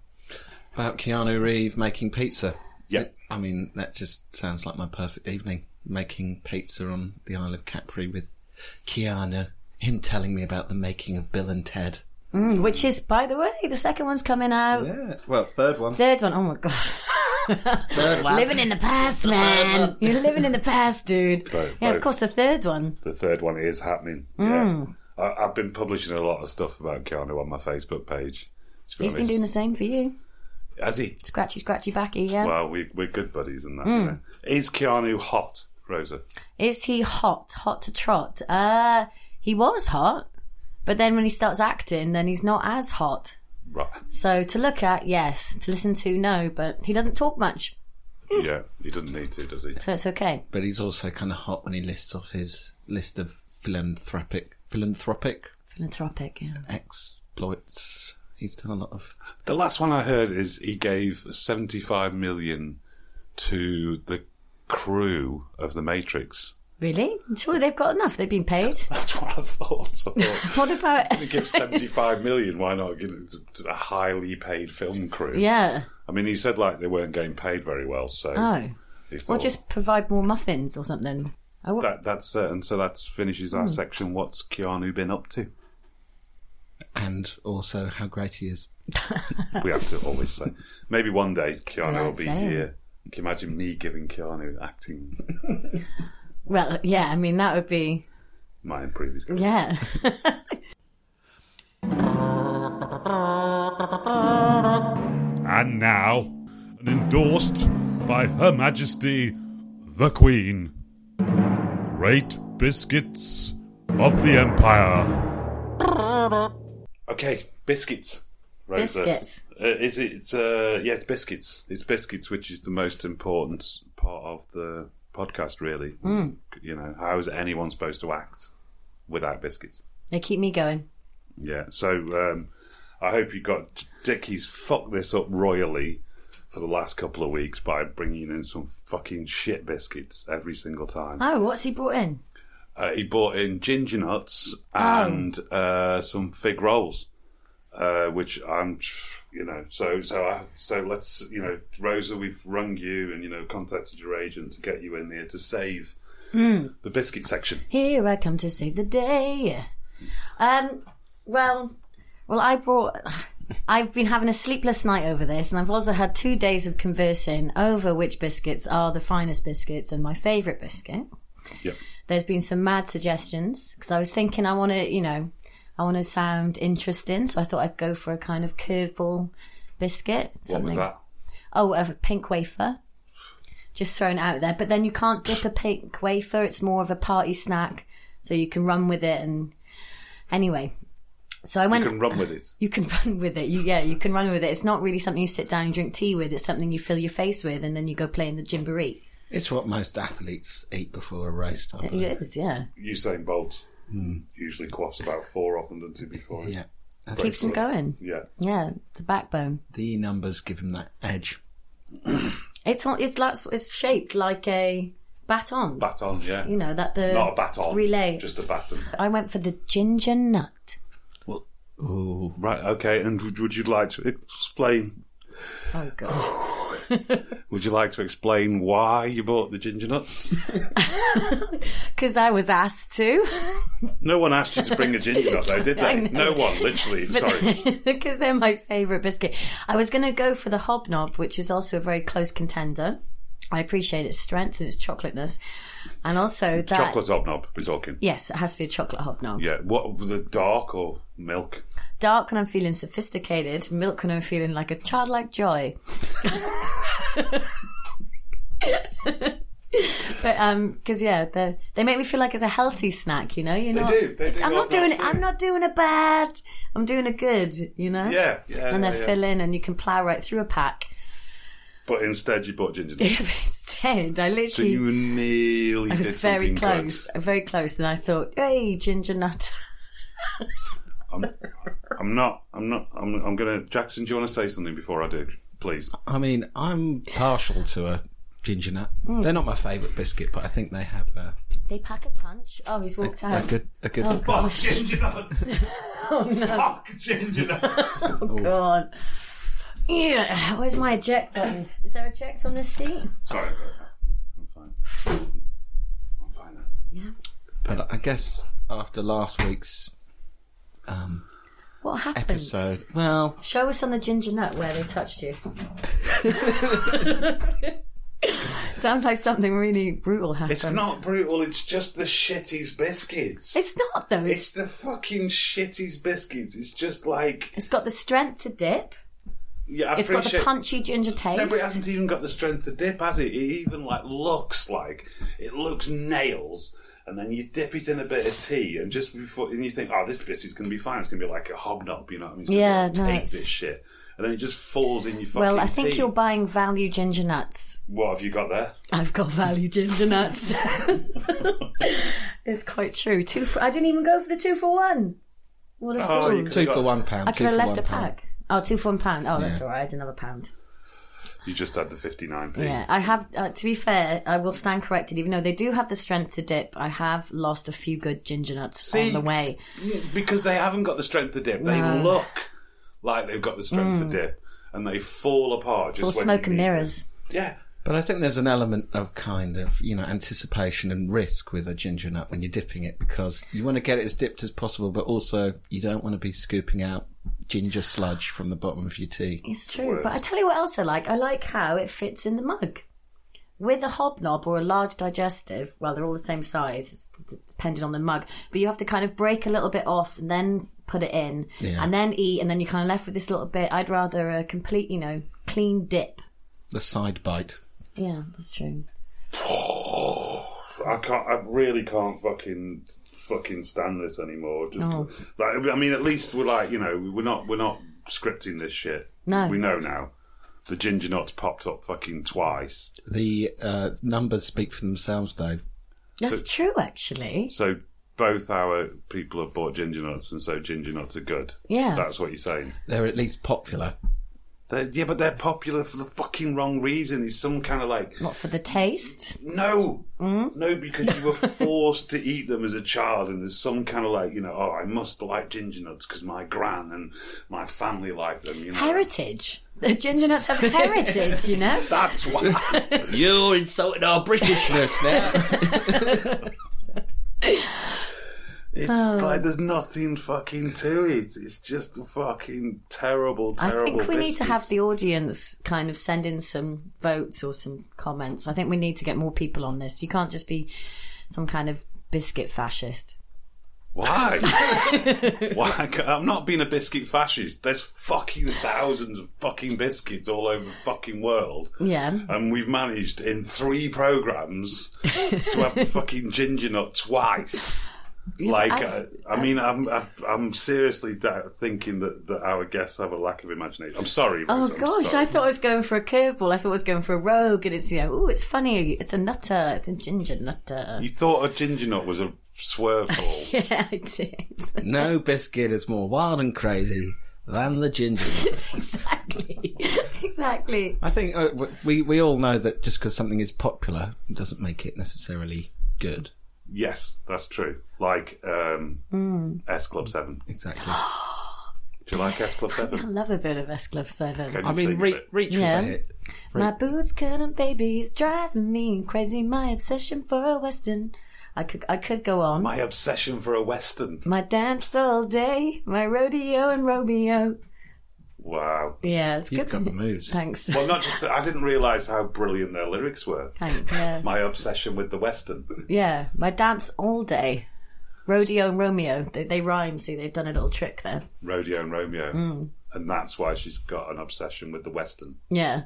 Speaker 2: About Keanu Reeve making pizza.
Speaker 1: Yeah.
Speaker 2: I mean, that just sounds like my perfect evening. Making pizza on the Isle of Capri with Keanu. Him telling me about the making of Bill and Ted.
Speaker 3: Mm, which is, by the way, the second one's coming out.
Speaker 2: Yeah. Well, third one.
Speaker 3: Third one, oh my god.
Speaker 2: Third one.
Speaker 3: living in the past, man. You're living in the past, dude.
Speaker 1: Right,
Speaker 3: yeah,
Speaker 1: right.
Speaker 3: of course, the third one.
Speaker 1: The third one is happening. Yeah.
Speaker 3: Hmm.
Speaker 1: I, I've been publishing a lot of stuff about Keanu on my Facebook page. to be
Speaker 3: He's been
Speaker 1: honest.
Speaker 3: doing the same for you.
Speaker 1: Has he?
Speaker 3: Scratchy, scratchy backy, yeah. Hmm.
Speaker 1: Well, we, we're good buddies and that. You know. Is Keanu hot, Rosa?
Speaker 3: Is he hot? Hot to trot? Uh, he was hot, but then when he starts acting, then he's not as hot.
Speaker 1: Right.
Speaker 3: So to look at, yes. To listen to, no. But he doesn't talk much, Hmm.
Speaker 1: yeah, he doesn't need to, does he?
Speaker 3: so it's okay.
Speaker 2: But he's also kind of hot when he lists off his list of philanthropic philanthropic
Speaker 3: Philanthropic, yeah.
Speaker 2: exploits. He's done a lot of.
Speaker 1: The last one I heard is he gave 75 million to the crew of The Matrix.
Speaker 3: Really? Sure, they've got enough. They've been paid.
Speaker 1: [LAUGHS] That's what I thought. I thought.
Speaker 3: What about?
Speaker 1: They [LAUGHS] give 75 million, why not give it to a highly paid film crew?
Speaker 3: [LAUGHS] yeah.
Speaker 1: I mean, he said like they weren't getting paid very well, so.
Speaker 3: Oh.
Speaker 1: he
Speaker 3: Or
Speaker 1: thought-
Speaker 3: just provide more muffins or something. Oh, I wa-
Speaker 1: That, that's it. And so that finishes
Speaker 3: Hmm.
Speaker 1: our section. What's Keanu been up
Speaker 3: [LAUGHS]
Speaker 1: to?
Speaker 2: And also how great he is.
Speaker 1: We have to always say. Maybe one day Keanu
Speaker 3: what
Speaker 1: will
Speaker 3: I'm
Speaker 1: be
Speaker 3: saying.
Speaker 1: here. Can you imagine me giving Keanu acting
Speaker 3: well, yeah. I mean, that would be
Speaker 1: my
Speaker 3: [LAUGHS]
Speaker 1: previous?
Speaker 3: yeah.
Speaker 4: And now, and endorsed by Her Majesty the Queen, Great Biscuits of the Empire.
Speaker 1: Okay, biscuits. Rosa.
Speaker 3: Biscuits.
Speaker 1: Uh, is it? Uh, yeah, it's biscuits. It's biscuits, which is the most important part of the podcast, really. You know, how is anyone supposed to act without biscuits?
Speaker 3: they keep me going.
Speaker 1: Yeah. So um, I hope you got Dickie's fucked this up royally for the last couple of weeks by bringing in some fucking shit biscuits every single time.
Speaker 3: Oh, what's he brought in?
Speaker 1: Uh, he bought in ginger nuts and uh, some fig rolls, uh, which I'm, you know, so so I, so let's, you know, Rosa, we've rung you and you know contacted your agent to get you in here to save the biscuit section.
Speaker 3: Here I come to save the day. Um, well, well, I brought. I've been having a sleepless night over this, and I've also had two days of conversing over which biscuits are the finest biscuits and my favourite biscuit.
Speaker 1: Yep.
Speaker 3: There's been some mad suggestions because I was thinking I want to, you know, I want to sound interesting, so I thought I'd go for a kind of curveball biscuit.
Speaker 1: What was
Speaker 3: something-
Speaker 1: that?
Speaker 3: oh, a pink wafer. Just thrown out there. But then you can't dip a pink wafer. It's more of a party snack. So you can run with it. And anyway, so I went.
Speaker 1: You can run with it.
Speaker 3: You can [LAUGHS] run with it. You, yeah, you can run with it. It's not really something you sit down and drink tea with. It's something you fill your face with and then you go play in the gymboree.
Speaker 2: It's what most athletes eat before a race. I believe.
Speaker 3: It is, yeah.
Speaker 1: Usain Bolt usually quaffs about four of them, doesn't he? Before,
Speaker 2: Yeah. That's
Speaker 3: Keeps them going.
Speaker 1: yeah.
Speaker 3: Yeah, the backbone.
Speaker 2: The numbers give him that edge.
Speaker 3: It's on- it's like it's shaped like a baton.
Speaker 1: baton, yeah,
Speaker 3: you know that the
Speaker 1: not a baton,
Speaker 3: relay.
Speaker 1: just a baton.
Speaker 3: I went for the ginger nut.
Speaker 2: Ooh.
Speaker 1: Right, okay. And would, would you like to explain?
Speaker 3: Oh god.
Speaker 1: Would you like to explain why you bought the ginger nuts?
Speaker 3: Because I was asked to. [LAUGHS]
Speaker 1: No one asked you to bring a ginger nut, though, did
Speaker 3: I
Speaker 1: they?
Speaker 3: know.
Speaker 1: No one, literally.
Speaker 3: [LAUGHS]
Speaker 1: Sorry.
Speaker 3: Because they're my favourite biscuit. I was going to go for the hobnob, which is also a very close contender. I appreciate its strength and its chocolateness. And also that.
Speaker 1: Chocolate hobnob, we're talking.
Speaker 3: Yes, it has to be a chocolate hobnob.
Speaker 1: Yeah. What was it, dark or milk?
Speaker 3: Dark when I'm feeling sophisticated, milk when I'm feeling like a childlike joy. [LAUGHS] but um, because yeah, they they make me feel like it's a healthy snack. You know, you know.
Speaker 1: do, they do
Speaker 3: I'm not
Speaker 1: hobnobs,
Speaker 3: doing.
Speaker 1: do.
Speaker 3: I'm not doing a bad. I'm doing a good. You know.
Speaker 1: Yeah, yeah.
Speaker 3: and
Speaker 1: yeah,
Speaker 3: they're
Speaker 1: yeah.
Speaker 3: filling, and you can plow right through
Speaker 2: [LAUGHS]
Speaker 3: a pack.
Speaker 1: But instead, you bought ginger
Speaker 3: [LAUGHS] But
Speaker 1: nuts.
Speaker 3: Instead, I literally
Speaker 1: so you nearly
Speaker 3: I
Speaker 1: did
Speaker 3: was very
Speaker 1: something
Speaker 3: close, very close, and I thought, "Hey, ginger nut." [LAUGHS]
Speaker 1: good. I'm, I'm not. I'm not. I'm, I'm going to. Jackson, do you want to say something before I do? Please.
Speaker 2: I mean, I'm partial to a ginger nut.
Speaker 3: Hmm.
Speaker 2: They're not my favourite biscuit, but I think they have a,
Speaker 3: They pack a punch. Oh, he's
Speaker 2: a,
Speaker 3: walked
Speaker 2: a
Speaker 3: out.
Speaker 2: good a good.
Speaker 3: Oh
Speaker 1: Fuck
Speaker 3: gosh.
Speaker 1: ginger
Speaker 3: [LAUGHS]
Speaker 1: nuts.
Speaker 3: Oh,
Speaker 1: Fuck ginger nuts.
Speaker 2: oh,
Speaker 3: God. Yeah. Where's my eject button? Is there eject on this seat?
Speaker 1: Sorry, about that. I'm fine. I'm fine now.
Speaker 2: But I guess after last week's um,
Speaker 3: What happened?
Speaker 2: episode, well,
Speaker 3: Show us on the ginger nut where they
Speaker 1: [LAUGHS]
Speaker 3: touched you. Sounds like something really brutal happened.
Speaker 1: It's not brutal. It's just the shitties biscuits.
Speaker 3: It's not though. It's,
Speaker 1: It's the fucking shitties biscuits. It's just like
Speaker 3: it's got the strength to dip.
Speaker 1: yeah, I
Speaker 3: It's got
Speaker 1: appreciate.
Speaker 3: the punchy ginger taste.
Speaker 1: No, but it hasn't even got the strength to dip, has it? It even like looks like it looks nails, and then you dip it in a bit of tea, and just before, and you think, oh, this bit is going to be fine. It's going to be like a hobnob, you know what I mean? It's gonna be
Speaker 3: Yeah,
Speaker 1: like,
Speaker 3: no,
Speaker 1: take
Speaker 3: it's-
Speaker 1: this shit, and then it just falls in your fucking.
Speaker 3: well, I think
Speaker 1: tea.
Speaker 3: you're buying value ginger nuts.
Speaker 1: What have you got there?
Speaker 3: I've got value
Speaker 1: [LAUGHS]
Speaker 3: ginger nuts. it's quite true. Two. For, I didn't even go for the two for one. What a
Speaker 1: Oh,
Speaker 3: fool!
Speaker 1: you could-
Speaker 2: two for one pound.
Speaker 3: I
Speaker 2: two
Speaker 3: could have
Speaker 2: for
Speaker 3: left
Speaker 2: one
Speaker 3: a
Speaker 2: pound.
Speaker 3: pack. Oh, two for one pound. Oh, that's
Speaker 2: Yeah.
Speaker 3: all right. Another pound.
Speaker 1: You just had the fifty nine p.
Speaker 3: Yeah, I have. Uh, to be fair, I will stand corrected. Even though they do have the strength to dip, I have lost a few good ginger nuts
Speaker 1: See?
Speaker 3: on the way.
Speaker 1: because they haven't got the strength to dip. They
Speaker 3: No. Mm.
Speaker 1: look like they've got the strength to dip, and they fall apart.
Speaker 3: It's
Speaker 1: just
Speaker 3: all
Speaker 1: when you
Speaker 3: smoke and
Speaker 1: need them.
Speaker 3: mirrors.
Speaker 1: Yeah,
Speaker 2: But I think there's an element of kind of you know anticipation and risk with a ginger nut when you're dipping it because you want to get it as dipped as possible, but also you don't want to be scooping out ginger sludge from the bottom of your tea.
Speaker 3: It's true. But I tell you what else I like. I like how it fits in the mug. With a hobnob or a large digestive, well, they're all the same size, it's d- d- depending on the mug, but you have to kind of break a little bit off and then put it in
Speaker 2: Yeah.
Speaker 3: and then eat, and then you're kind of left with this little bit. I'd rather a complete, you know, clean dip.
Speaker 2: The side bite.
Speaker 3: Yeah, that's true.
Speaker 1: I can't. I really can't fucking fucking stand this anymore. Just
Speaker 3: No.
Speaker 1: like I mean, at least we're like you know we're not we're not scripting this shit.
Speaker 3: No.
Speaker 1: we know now. The ginger nuts popped up fucking twice.
Speaker 2: The uh, numbers speak for themselves, Dave.
Speaker 3: That's true, actually.
Speaker 1: So both our people have bought ginger nuts, and so ginger nuts are good.
Speaker 3: Yeah.
Speaker 1: that's what you're saying.
Speaker 2: They're at least popular.
Speaker 1: They're, yeah, but they're popular for the fucking wrong reason. It's some kind of like
Speaker 3: What for the taste?
Speaker 1: Mm. No,
Speaker 3: Hmm?
Speaker 1: no, because
Speaker 3: [LAUGHS]
Speaker 1: you were forced to eat them as a child, and there's some kind of like you know, oh, I must like ginger nuts because my gran and my family like them. You know,
Speaker 3: Heritage. The ginger nuts
Speaker 1: [LAUGHS]
Speaker 3: have heritage, you know?
Speaker 1: That's
Speaker 3: [LAUGHS]
Speaker 1: why.
Speaker 2: You're insulting our Britishness there.
Speaker 1: It's
Speaker 3: Oh.
Speaker 1: like there's nothing fucking to it. It's just a fucking terrible,
Speaker 3: I
Speaker 1: terrible.
Speaker 3: think we need to have
Speaker 1: biscuits.
Speaker 3: the audience kind of send in some votes or some comments. I think we need to get more people on this. You can't just be some kind of biscuit fascist. [LAUGHS]
Speaker 1: why. why? ca- I'm not being a biscuit fascist. There's fucking thousands of fucking biscuits all over the fucking world.
Speaker 3: Yeah.
Speaker 1: and we've managed in three programs to have
Speaker 3: [LAUGHS]
Speaker 1: the fucking ginger nut twice. Like,
Speaker 3: as-
Speaker 1: I, I mean, I'm I, I'm seriously doubt, thinking that, that our guests have a lack of imagination. I'm sorry.
Speaker 3: Oh
Speaker 1: Rose, I'm
Speaker 3: gosh,
Speaker 1: sorry.
Speaker 3: I thought I was going for a curveball. I thought I was going for a rogue, and it's you know, oh, it's funny. It's a nutter. It's a ginger nutter.
Speaker 1: you thought a ginger nut was a swerve ball.
Speaker 3: [LAUGHS] yeah, I did
Speaker 2: [LAUGHS] no biscuit is more wild and crazy than the ginger nut.
Speaker 3: [LAUGHS] exactly, exactly.
Speaker 2: I think uh, w- we we all know that just because something is popular doesn't make it necessarily good.
Speaker 1: yes, that's true. Like um,
Speaker 3: Hmm.
Speaker 1: S Club Seven.
Speaker 2: [GASPS] Exactly.
Speaker 1: Do you like S
Speaker 3: [LAUGHS]
Speaker 1: Club
Speaker 3: I
Speaker 1: Seven?
Speaker 3: love a bit of S Club Seven.
Speaker 1: Can you
Speaker 2: I mean,
Speaker 1: sing a
Speaker 2: Re-
Speaker 1: bit?
Speaker 2: Reach was
Speaker 3: Yeah.
Speaker 2: a hit.
Speaker 3: My boots couldn't babies driving me crazy. My obsession for a western. I could I could go on.
Speaker 1: my obsession for a western.
Speaker 3: My dance all day, my rodeo and Romeo.
Speaker 1: Wow.
Speaker 3: Yeah, it's
Speaker 2: You've
Speaker 3: good.
Speaker 2: got the moves.
Speaker 3: Thanks.
Speaker 1: Well, not just. I didn't realise how brilliant their lyrics were.
Speaker 3: [LAUGHS] Thank, yeah.
Speaker 1: [LAUGHS] My obsession with the western.
Speaker 3: yeah, my dance all day, rodeo and Romeo. They, they rhyme. See, they've done a little trick there.
Speaker 1: Rodeo and Romeo,
Speaker 3: Mm.
Speaker 1: and that's why she's got an obsession with the Western.
Speaker 3: Yeah,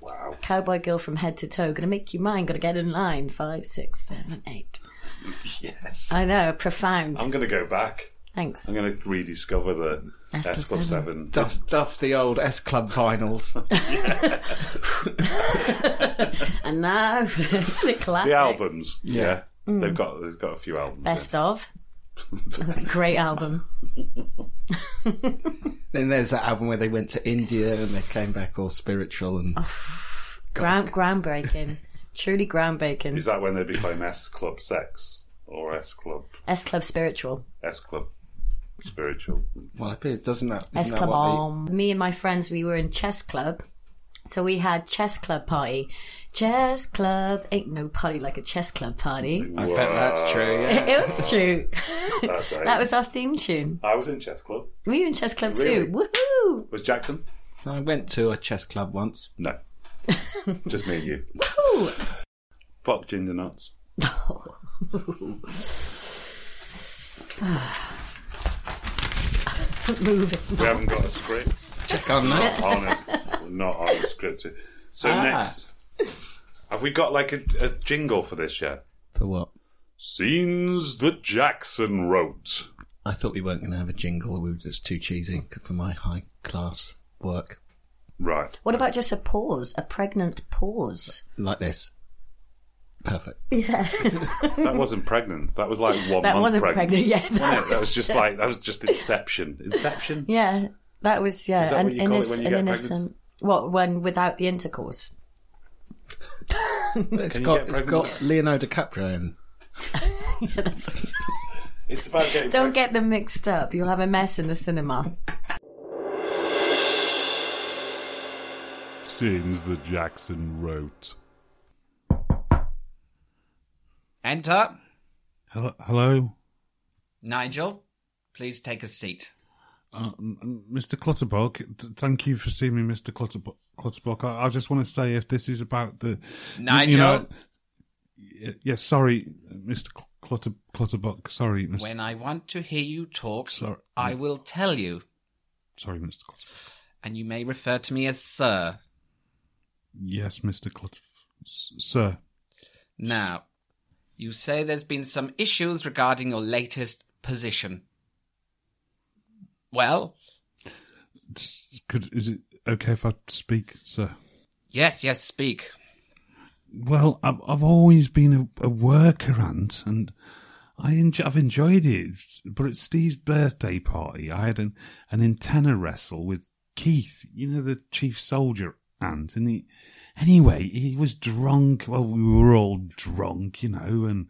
Speaker 1: Wow,
Speaker 3: cowboy girl from head to toe. Gonna make you mine. Gotta get in line. Five, six, seven, eight.
Speaker 1: yes.
Speaker 3: I know, profound.
Speaker 1: I'm going to go back.
Speaker 3: Thanks.
Speaker 1: I'm going to rediscover the
Speaker 3: S
Speaker 1: S
Speaker 3: Club
Speaker 1: Club Seven.
Speaker 2: Dust off the old S Club [LAUGHS] vinyls.
Speaker 3: And now [LAUGHS] the classics.
Speaker 1: The albums, yeah.
Speaker 2: Yeah.
Speaker 1: They've got they've got a few albums.
Speaker 3: Mm. Best of. That was a
Speaker 5: [LAUGHS]
Speaker 3: great album. Oh.
Speaker 2: then there's that album where they went to India and they came back all spiritual and
Speaker 3: Ground, groundbreaking. Truly groundbreaking.
Speaker 6: Is that when they became S Club Sex or S Club
Speaker 3: S Club Spiritual.
Speaker 6: S Club Spiritual?
Speaker 5: Well, it appears, doesn't that?
Speaker 3: S
Speaker 5: Isn't that
Speaker 3: Club
Speaker 5: what they-
Speaker 3: Arm. Me and my friends, we were in chess club. So we had chess club party. Chess club. Ain't no party like a chess club party.
Speaker 5: I bet that's true. Yeah.
Speaker 3: [LAUGHS] It
Speaker 5: [LAUGHS]
Speaker 3: was true.
Speaker 6: That's right.
Speaker 3: that was our theme tune.
Speaker 6: I was in chess club.
Speaker 3: We were in chess club
Speaker 6: Really?
Speaker 3: too. Woohoo!
Speaker 6: Was Jackson?
Speaker 5: I went to a chess club once.
Speaker 3: [LAUGHS]
Speaker 6: No. Just me and you.
Speaker 3: Woohoo! [LAUGHS]
Speaker 6: Fuck ginger nuts.
Speaker 3: Moving.
Speaker 6: We haven't got a script
Speaker 5: Check
Speaker 3: [LAUGHS]
Speaker 5: on that.
Speaker 6: on it. We're not on the script. So
Speaker 5: Ah.
Speaker 6: next, have we got like a, a jingle for this yet?
Speaker 5: For what?
Speaker 6: Scenes that Jackson wrote.
Speaker 5: I thought we weren't going to have a jingle. We were just too cheesy for my high class work.
Speaker 6: Right.
Speaker 3: What about just a pause? A pregnant pause?
Speaker 5: Like this.
Speaker 6: [LAUGHS]
Speaker 5: Perfect.
Speaker 6: That wasn't pregnant. That was like one
Speaker 3: That
Speaker 6: month
Speaker 3: wasn't
Speaker 6: pregnant.
Speaker 3: pregnant, yeah,
Speaker 6: Wasn't it? That,
Speaker 3: that
Speaker 6: was just
Speaker 3: was-
Speaker 6: like that was just Inception. Inception.
Speaker 3: Yeah, that was yeah
Speaker 6: Is that
Speaker 3: an,
Speaker 6: what you call it
Speaker 3: innoc-
Speaker 6: when you
Speaker 3: an
Speaker 6: get
Speaker 3: innocent.
Speaker 6: pregnant?
Speaker 3: What when without the intercourse? [LAUGHS]
Speaker 5: But It's
Speaker 6: Can you
Speaker 5: got
Speaker 6: get
Speaker 5: it's
Speaker 6: pregnant?
Speaker 5: got Leonardo DiCaprio in.
Speaker 6: [LAUGHS] It's about getting.
Speaker 3: Don't get them mixed up. You'll have a mess in the cinema.
Speaker 1: Scenes that Jackson wrote.
Speaker 2: Enter.
Speaker 1: Hello, hello
Speaker 2: Nigel, please take a seat.
Speaker 1: uh, m- m- Mr. Clutterbuck. Th- Thank you for seeing me, Mr. Clutterbuck. Clutterbuck. I, I just want to say if this is about the.
Speaker 2: Nigel?
Speaker 1: yes, sorry, Mr. Cl- Clutter, Clutterbuck. Sorry, Mr.
Speaker 2: When I want to hear you talk,
Speaker 1: Sorry.
Speaker 2: I will tell you,
Speaker 1: Sorry, Mr. Clutterbuck.
Speaker 2: and you may refer to me as Sir.
Speaker 1: Yes, Mr. Clutter. S- sir.
Speaker 2: Now, you say there's been some issues regarding your latest position. Well,
Speaker 1: S- Could, is it okay if I speak, sir?
Speaker 2: yes, yes, speak.
Speaker 1: Well, I've, I've always been a, a worker ant, and I enj I've enjoyed it. But at Steve's birthday party, I had an, an antenna wrestle with Keith, you know, the chief soldier ant. And he, anyway, he was drunk. Well, we were all drunk, you know, and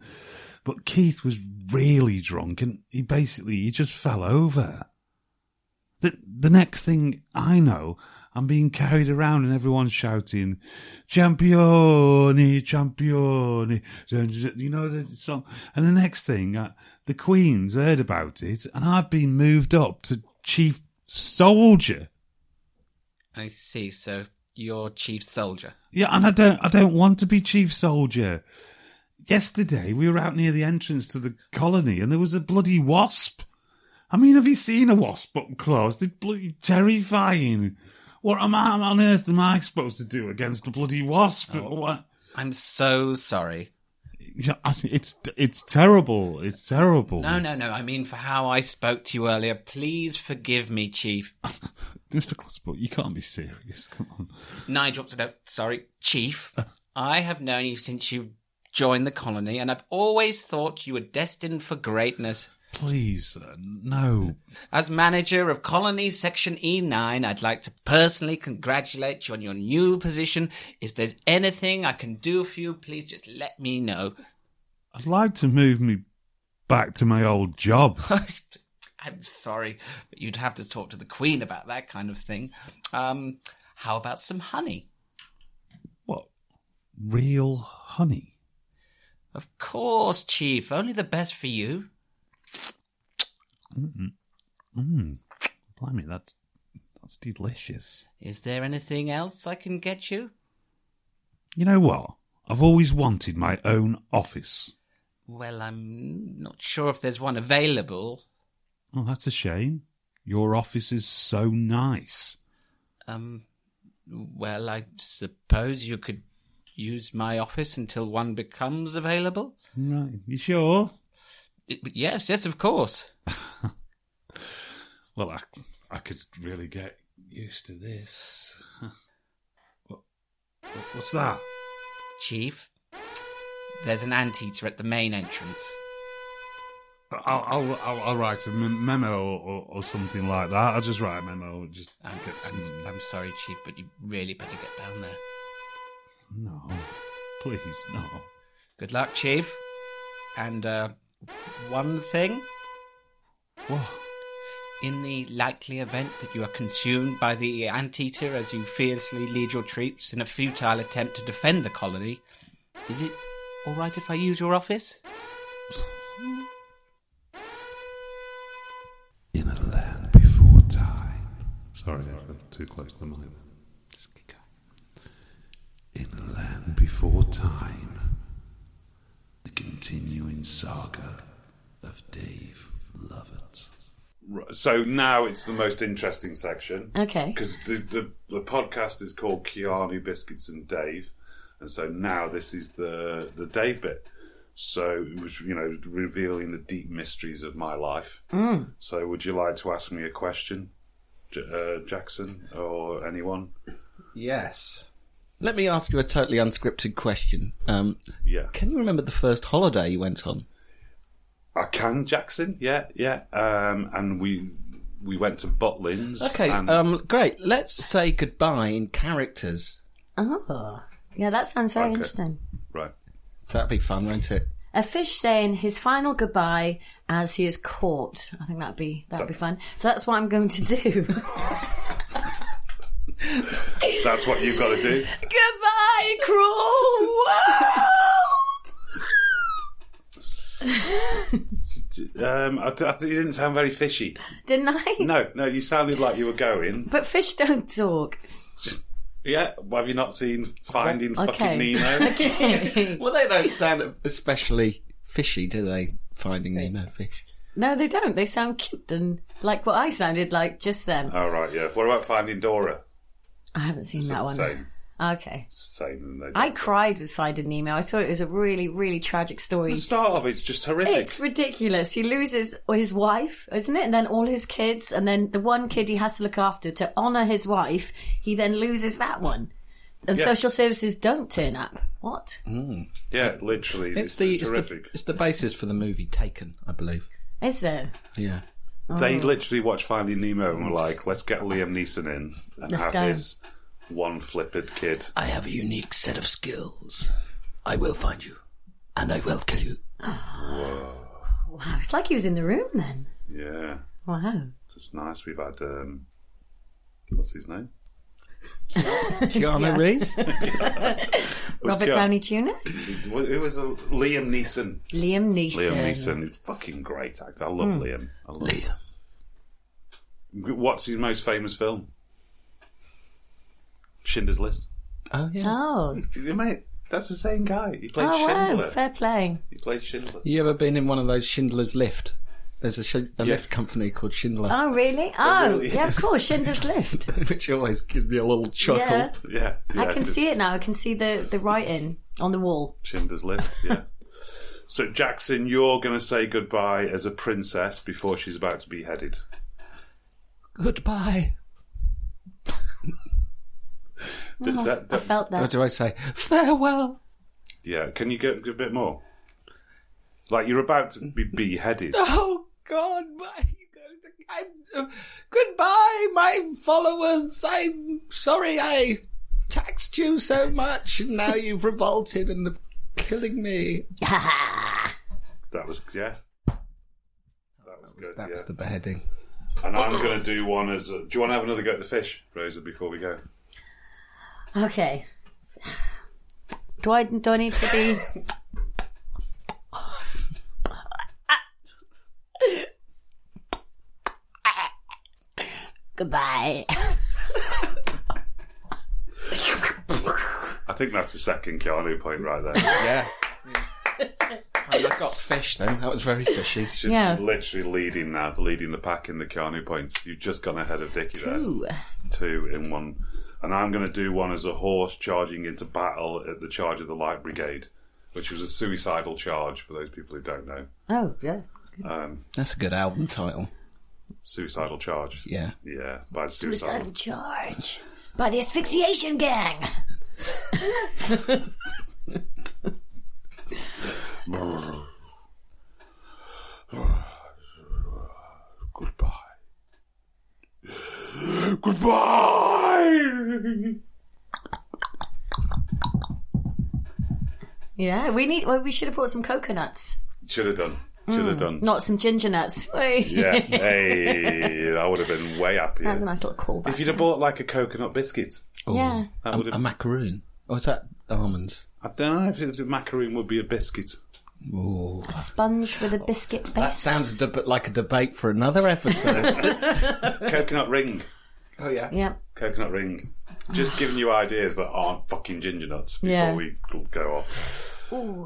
Speaker 1: but Keith was really drunk, and he basically he just fell over. The, the next thing I know, I'm being carried around and everyone's shouting, Championi, Championi. You know the song? And the next thing, uh, the Queen's heard about it and I've been moved up to Chief Soldier.
Speaker 2: I see, so you're chief soldier.
Speaker 1: Yeah, and I don't, I don't want to be chief soldier. Yesterday we were out near the entrance to the colony, and there was a bloody wasp. I mean, have you seen a wasp up close? They're bloody terrifying. What am I on earth am I supposed to do against a bloody wasp?
Speaker 2: Oh.
Speaker 1: What?
Speaker 2: I'm so sorry.
Speaker 1: Yeah, I see- It's it's terrible. It's terrible.
Speaker 2: No, no, no, I mean for how I spoke to you earlier. Please forgive me, chief. [LAUGHS]
Speaker 1: Mr. Clutterbuck, you can't be serious. Come on.
Speaker 2: Nigel, no, sorry, Chief. I have known you since you joined the colony, and I've always thought you were destined for greatness.
Speaker 1: Please, sir, no.
Speaker 2: As manager of Colony Section E9, I'd like to personally congratulate you on your new position. If there's anything I can do for you, please just let me know.
Speaker 1: I'd like to move me back to my old job.
Speaker 2: [LAUGHS] I'm sorry, but you'd have to talk to the Queen about that kind of thing. Um, how about some honey?
Speaker 1: What? Real honey?
Speaker 2: Of course, Chief. Only the best for you.
Speaker 1: Mmm. Blimey, that's that's delicious.
Speaker 2: Is there anything else I can get you?
Speaker 1: You know what? I've always wanted my own office.
Speaker 2: Well, I'm not sure if there's one available.
Speaker 1: Oh, that's a shame. Your office is so nice.
Speaker 2: Um, well, I suppose you could use my office until one becomes available.
Speaker 1: Right. You sure?
Speaker 2: I- yes, yes, of course.
Speaker 1: Well, I, I could really get used to this. [LAUGHS] what, what's that?
Speaker 2: Chief, there's an anteater at the main entrance.
Speaker 1: I'll, I'll, I'll, I'll write a mem- memo or, or something like that. I'll just write a memo. Just
Speaker 2: I'm,
Speaker 1: get
Speaker 2: I'm,
Speaker 1: some-
Speaker 2: I'm sorry, Chief, but you really better get down there.
Speaker 4: No. Please, no.
Speaker 7: Good luck, Chief. And uh, one thing
Speaker 4: What?
Speaker 7: in the likely event that you are consumed by the anteater as you fiercely lead your troops in a futile attempt to defend the colony, is it all right if I use your office?
Speaker 4: In a land before time. Sorry, I was too close to the mic. Just keep going. In a land before time. The continuing saga of Dave Lovett.
Speaker 1: R- So now it's the most interesting section.
Speaker 3: Okay.
Speaker 1: Because the, the, the podcast is called Keanu Biscuits and Dave, and so now this is the the Dave bit. So it was you know revealing the deep mysteries of my life. So would you like to ask me a question, J- uh, Jackson or anyone?
Speaker 7: Yes.
Speaker 2: Let me ask you a totally unscripted question. Um,
Speaker 1: Yeah,
Speaker 2: can you remember the first holiday you went on?
Speaker 1: I can, Jackson. Yeah, yeah. Um, and we we went to Butlins.
Speaker 2: Okay,
Speaker 1: and-
Speaker 2: um, great. Let's say goodbye in characters.
Speaker 3: Oh. Yeah, that sounds very
Speaker 1: Okay.
Speaker 3: interesting.
Speaker 1: right.
Speaker 2: So that'd be fun, won't it?
Speaker 3: A fish saying his final goodbye as he is caught. I think that'd be that'd be fun. So that's what I'm going to do. [LAUGHS]
Speaker 1: That's what you've got to do.
Speaker 3: goodbye, cruel world.
Speaker 1: Um, I, I, you didn't sound very fishy.
Speaker 3: Didn't I?
Speaker 1: No, no, you sounded like you were going.
Speaker 3: But fish don't talk.
Speaker 1: Yeah, well, have you not seen Finding
Speaker 3: Okay.
Speaker 1: Fucking Nemo?
Speaker 2: Well, they don't sound especially fishy, do they? Finding Nemo fish.
Speaker 3: No, they don't. They sound cute and like what I sounded like just then.
Speaker 1: oh, right, yeah. What about Finding Dora?
Speaker 3: I haven't seen
Speaker 1: It's
Speaker 3: that
Speaker 1: the
Speaker 3: one.
Speaker 1: Same,
Speaker 3: Okay.
Speaker 1: same. and they-
Speaker 3: I cried with Finding Nemo. I thought it was a really, really tragic story.
Speaker 1: the start of it's just horrific.
Speaker 3: It's ridiculous. He loses his wife, isn't it? And then all his kids, and then the one kid he has to look after to honour his wife, he then loses that one. And
Speaker 1: Yeah.
Speaker 3: social services don't turn up. What?
Speaker 1: yeah, literally,
Speaker 2: It's,
Speaker 1: it's,
Speaker 2: the,
Speaker 1: it's
Speaker 2: it's, the,
Speaker 1: horrific.
Speaker 2: it's the basis for the movie Taken, I believe.
Speaker 3: Is there?
Speaker 2: Yeah.
Speaker 1: They literally watched Finding Nemo and were like, "Let's get Liam Neeson in and
Speaker 3: Let's
Speaker 1: have
Speaker 3: go.
Speaker 1: his one flippered kid."
Speaker 2: I have a unique set of skills. I will find you, and I will kill you.
Speaker 3: Wow. It's like he was in the room then.
Speaker 1: Yeah,
Speaker 3: Wow.
Speaker 1: it's nice. We've had um, what's his name?
Speaker 2: [LAUGHS] Keanu [LAUGHS] Reeves.
Speaker 1: It was
Speaker 3: Robert
Speaker 1: Keanu-
Speaker 3: Downey Jr.?
Speaker 1: It was it was a Liam Neeson.
Speaker 3: Liam Neeson.
Speaker 1: Liam Neeson, he's a fucking great actor. I
Speaker 3: Hmm.
Speaker 1: love Liam. I love
Speaker 2: Liam.
Speaker 1: What's his most famous film? Schindler's List.
Speaker 2: Oh yeah.
Speaker 3: Oh.
Speaker 1: Mate, that's the same guy. He played
Speaker 3: Oh, wow.
Speaker 1: Schindler.
Speaker 3: Fair play.
Speaker 1: He played Schindler.
Speaker 2: You ever been in one of those Schindler's Lift? There's a, sh- a lift company called Schindler,
Speaker 3: Oh, really? Oh,
Speaker 1: really
Speaker 3: yeah, of
Speaker 1: is.
Speaker 3: course. Schindler's Lift.
Speaker 2: [LAUGHS] which always gives me a little chuckle.
Speaker 3: Yeah.
Speaker 1: Yeah, yeah,
Speaker 3: I can see it now. I can see the, the writing on the wall.
Speaker 1: Schindler's List.
Speaker 3: [LAUGHS]
Speaker 1: Yeah. so Jackson, you're going to say goodbye as a princess before she's about to be headed.
Speaker 2: Goodbye.
Speaker 1: Did that-
Speaker 3: I
Speaker 1: that-
Speaker 3: felt
Speaker 2: Or
Speaker 3: that.
Speaker 2: do I say farewell?
Speaker 1: yeah. Can you get a bit more? Like you're about to be beheaded.
Speaker 2: Oh God, my, I'm, uh, goodbye, my followers. I'm sorry I taxed you so much, and now you've revolted and are killing me.
Speaker 1: That was yeah. That was good.
Speaker 2: That
Speaker 1: yeah.
Speaker 2: was the beheading.
Speaker 1: And I'm going to do one as. A, do you want to have another go at the fish, Rosa, before we go?
Speaker 3: [LAUGHS] Okay. Do I do I need to be? [LAUGHS] Goodbye.
Speaker 1: I think that's a second Keanu point right there.
Speaker 2: [LAUGHS] Yeah. I got fish then. That was very fishy.
Speaker 1: She's
Speaker 3: Yeah.
Speaker 1: literally leading now, leading the pack in the Keanu points. You've just gone ahead of Dickie there.
Speaker 3: Ooh.
Speaker 1: Two in one. And I'm going to do one as a horse charging into battle at the charge of the Light Brigade, which was a suicidal charge for those people who don't know.
Speaker 3: Oh yeah.
Speaker 2: That's a good album title.
Speaker 1: Suicidal charge.
Speaker 2: Yeah.
Speaker 1: Yeah, by
Speaker 3: Suicidal
Speaker 1: suicidal.
Speaker 3: charge by the asphyxiation gang.
Speaker 1: Goodbye. Goodbye!
Speaker 3: Yeah, we need. Well, we should have brought some coconuts,
Speaker 1: Should have done. Should have done.
Speaker 3: Mm. not some ginger nuts. [LAUGHS]
Speaker 1: Yeah. hey, I would have been way happier.
Speaker 3: That's a nice little callback.
Speaker 1: If you'd have bought like a coconut biscuit,
Speaker 2: Or
Speaker 3: Yeah.
Speaker 1: That
Speaker 2: a,
Speaker 1: would've-
Speaker 2: a macaroon. Or is that almonds?
Speaker 1: I don't know if it's a macaroon would be a biscuit.
Speaker 2: Ooh.
Speaker 3: a sponge with a biscuit base.
Speaker 2: That sounds a bit like a debate for another episode.
Speaker 1: coconut ring.
Speaker 2: [LAUGHS] oh, yeah.
Speaker 3: Yeah.
Speaker 1: Coconut ring. Just giving you ideas that aren't fucking ginger nuts before
Speaker 3: Yeah.
Speaker 1: we go off.
Speaker 3: Ooh,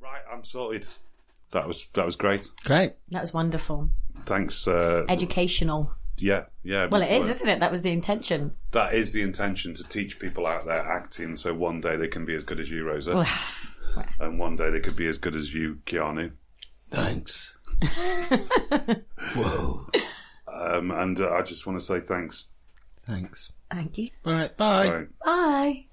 Speaker 1: Right, I'm sorted. That was that was great.
Speaker 2: Great.
Speaker 3: that was wonderful.
Speaker 1: Thanks. Uh,
Speaker 3: Educational.
Speaker 1: yeah, yeah.
Speaker 3: Well, it is, isn't it? That was the intention.
Speaker 1: That is the intention to teach people out there acting, so one day they can be as good as you, Rosa, and one day they could be as good as you, Keanu.
Speaker 2: Thanks. Whoa.
Speaker 1: Um, and uh, I just want to say thanks.
Speaker 2: Thanks.
Speaker 3: Thank you.
Speaker 2: All right. Bye.
Speaker 1: Right.
Speaker 3: Bye.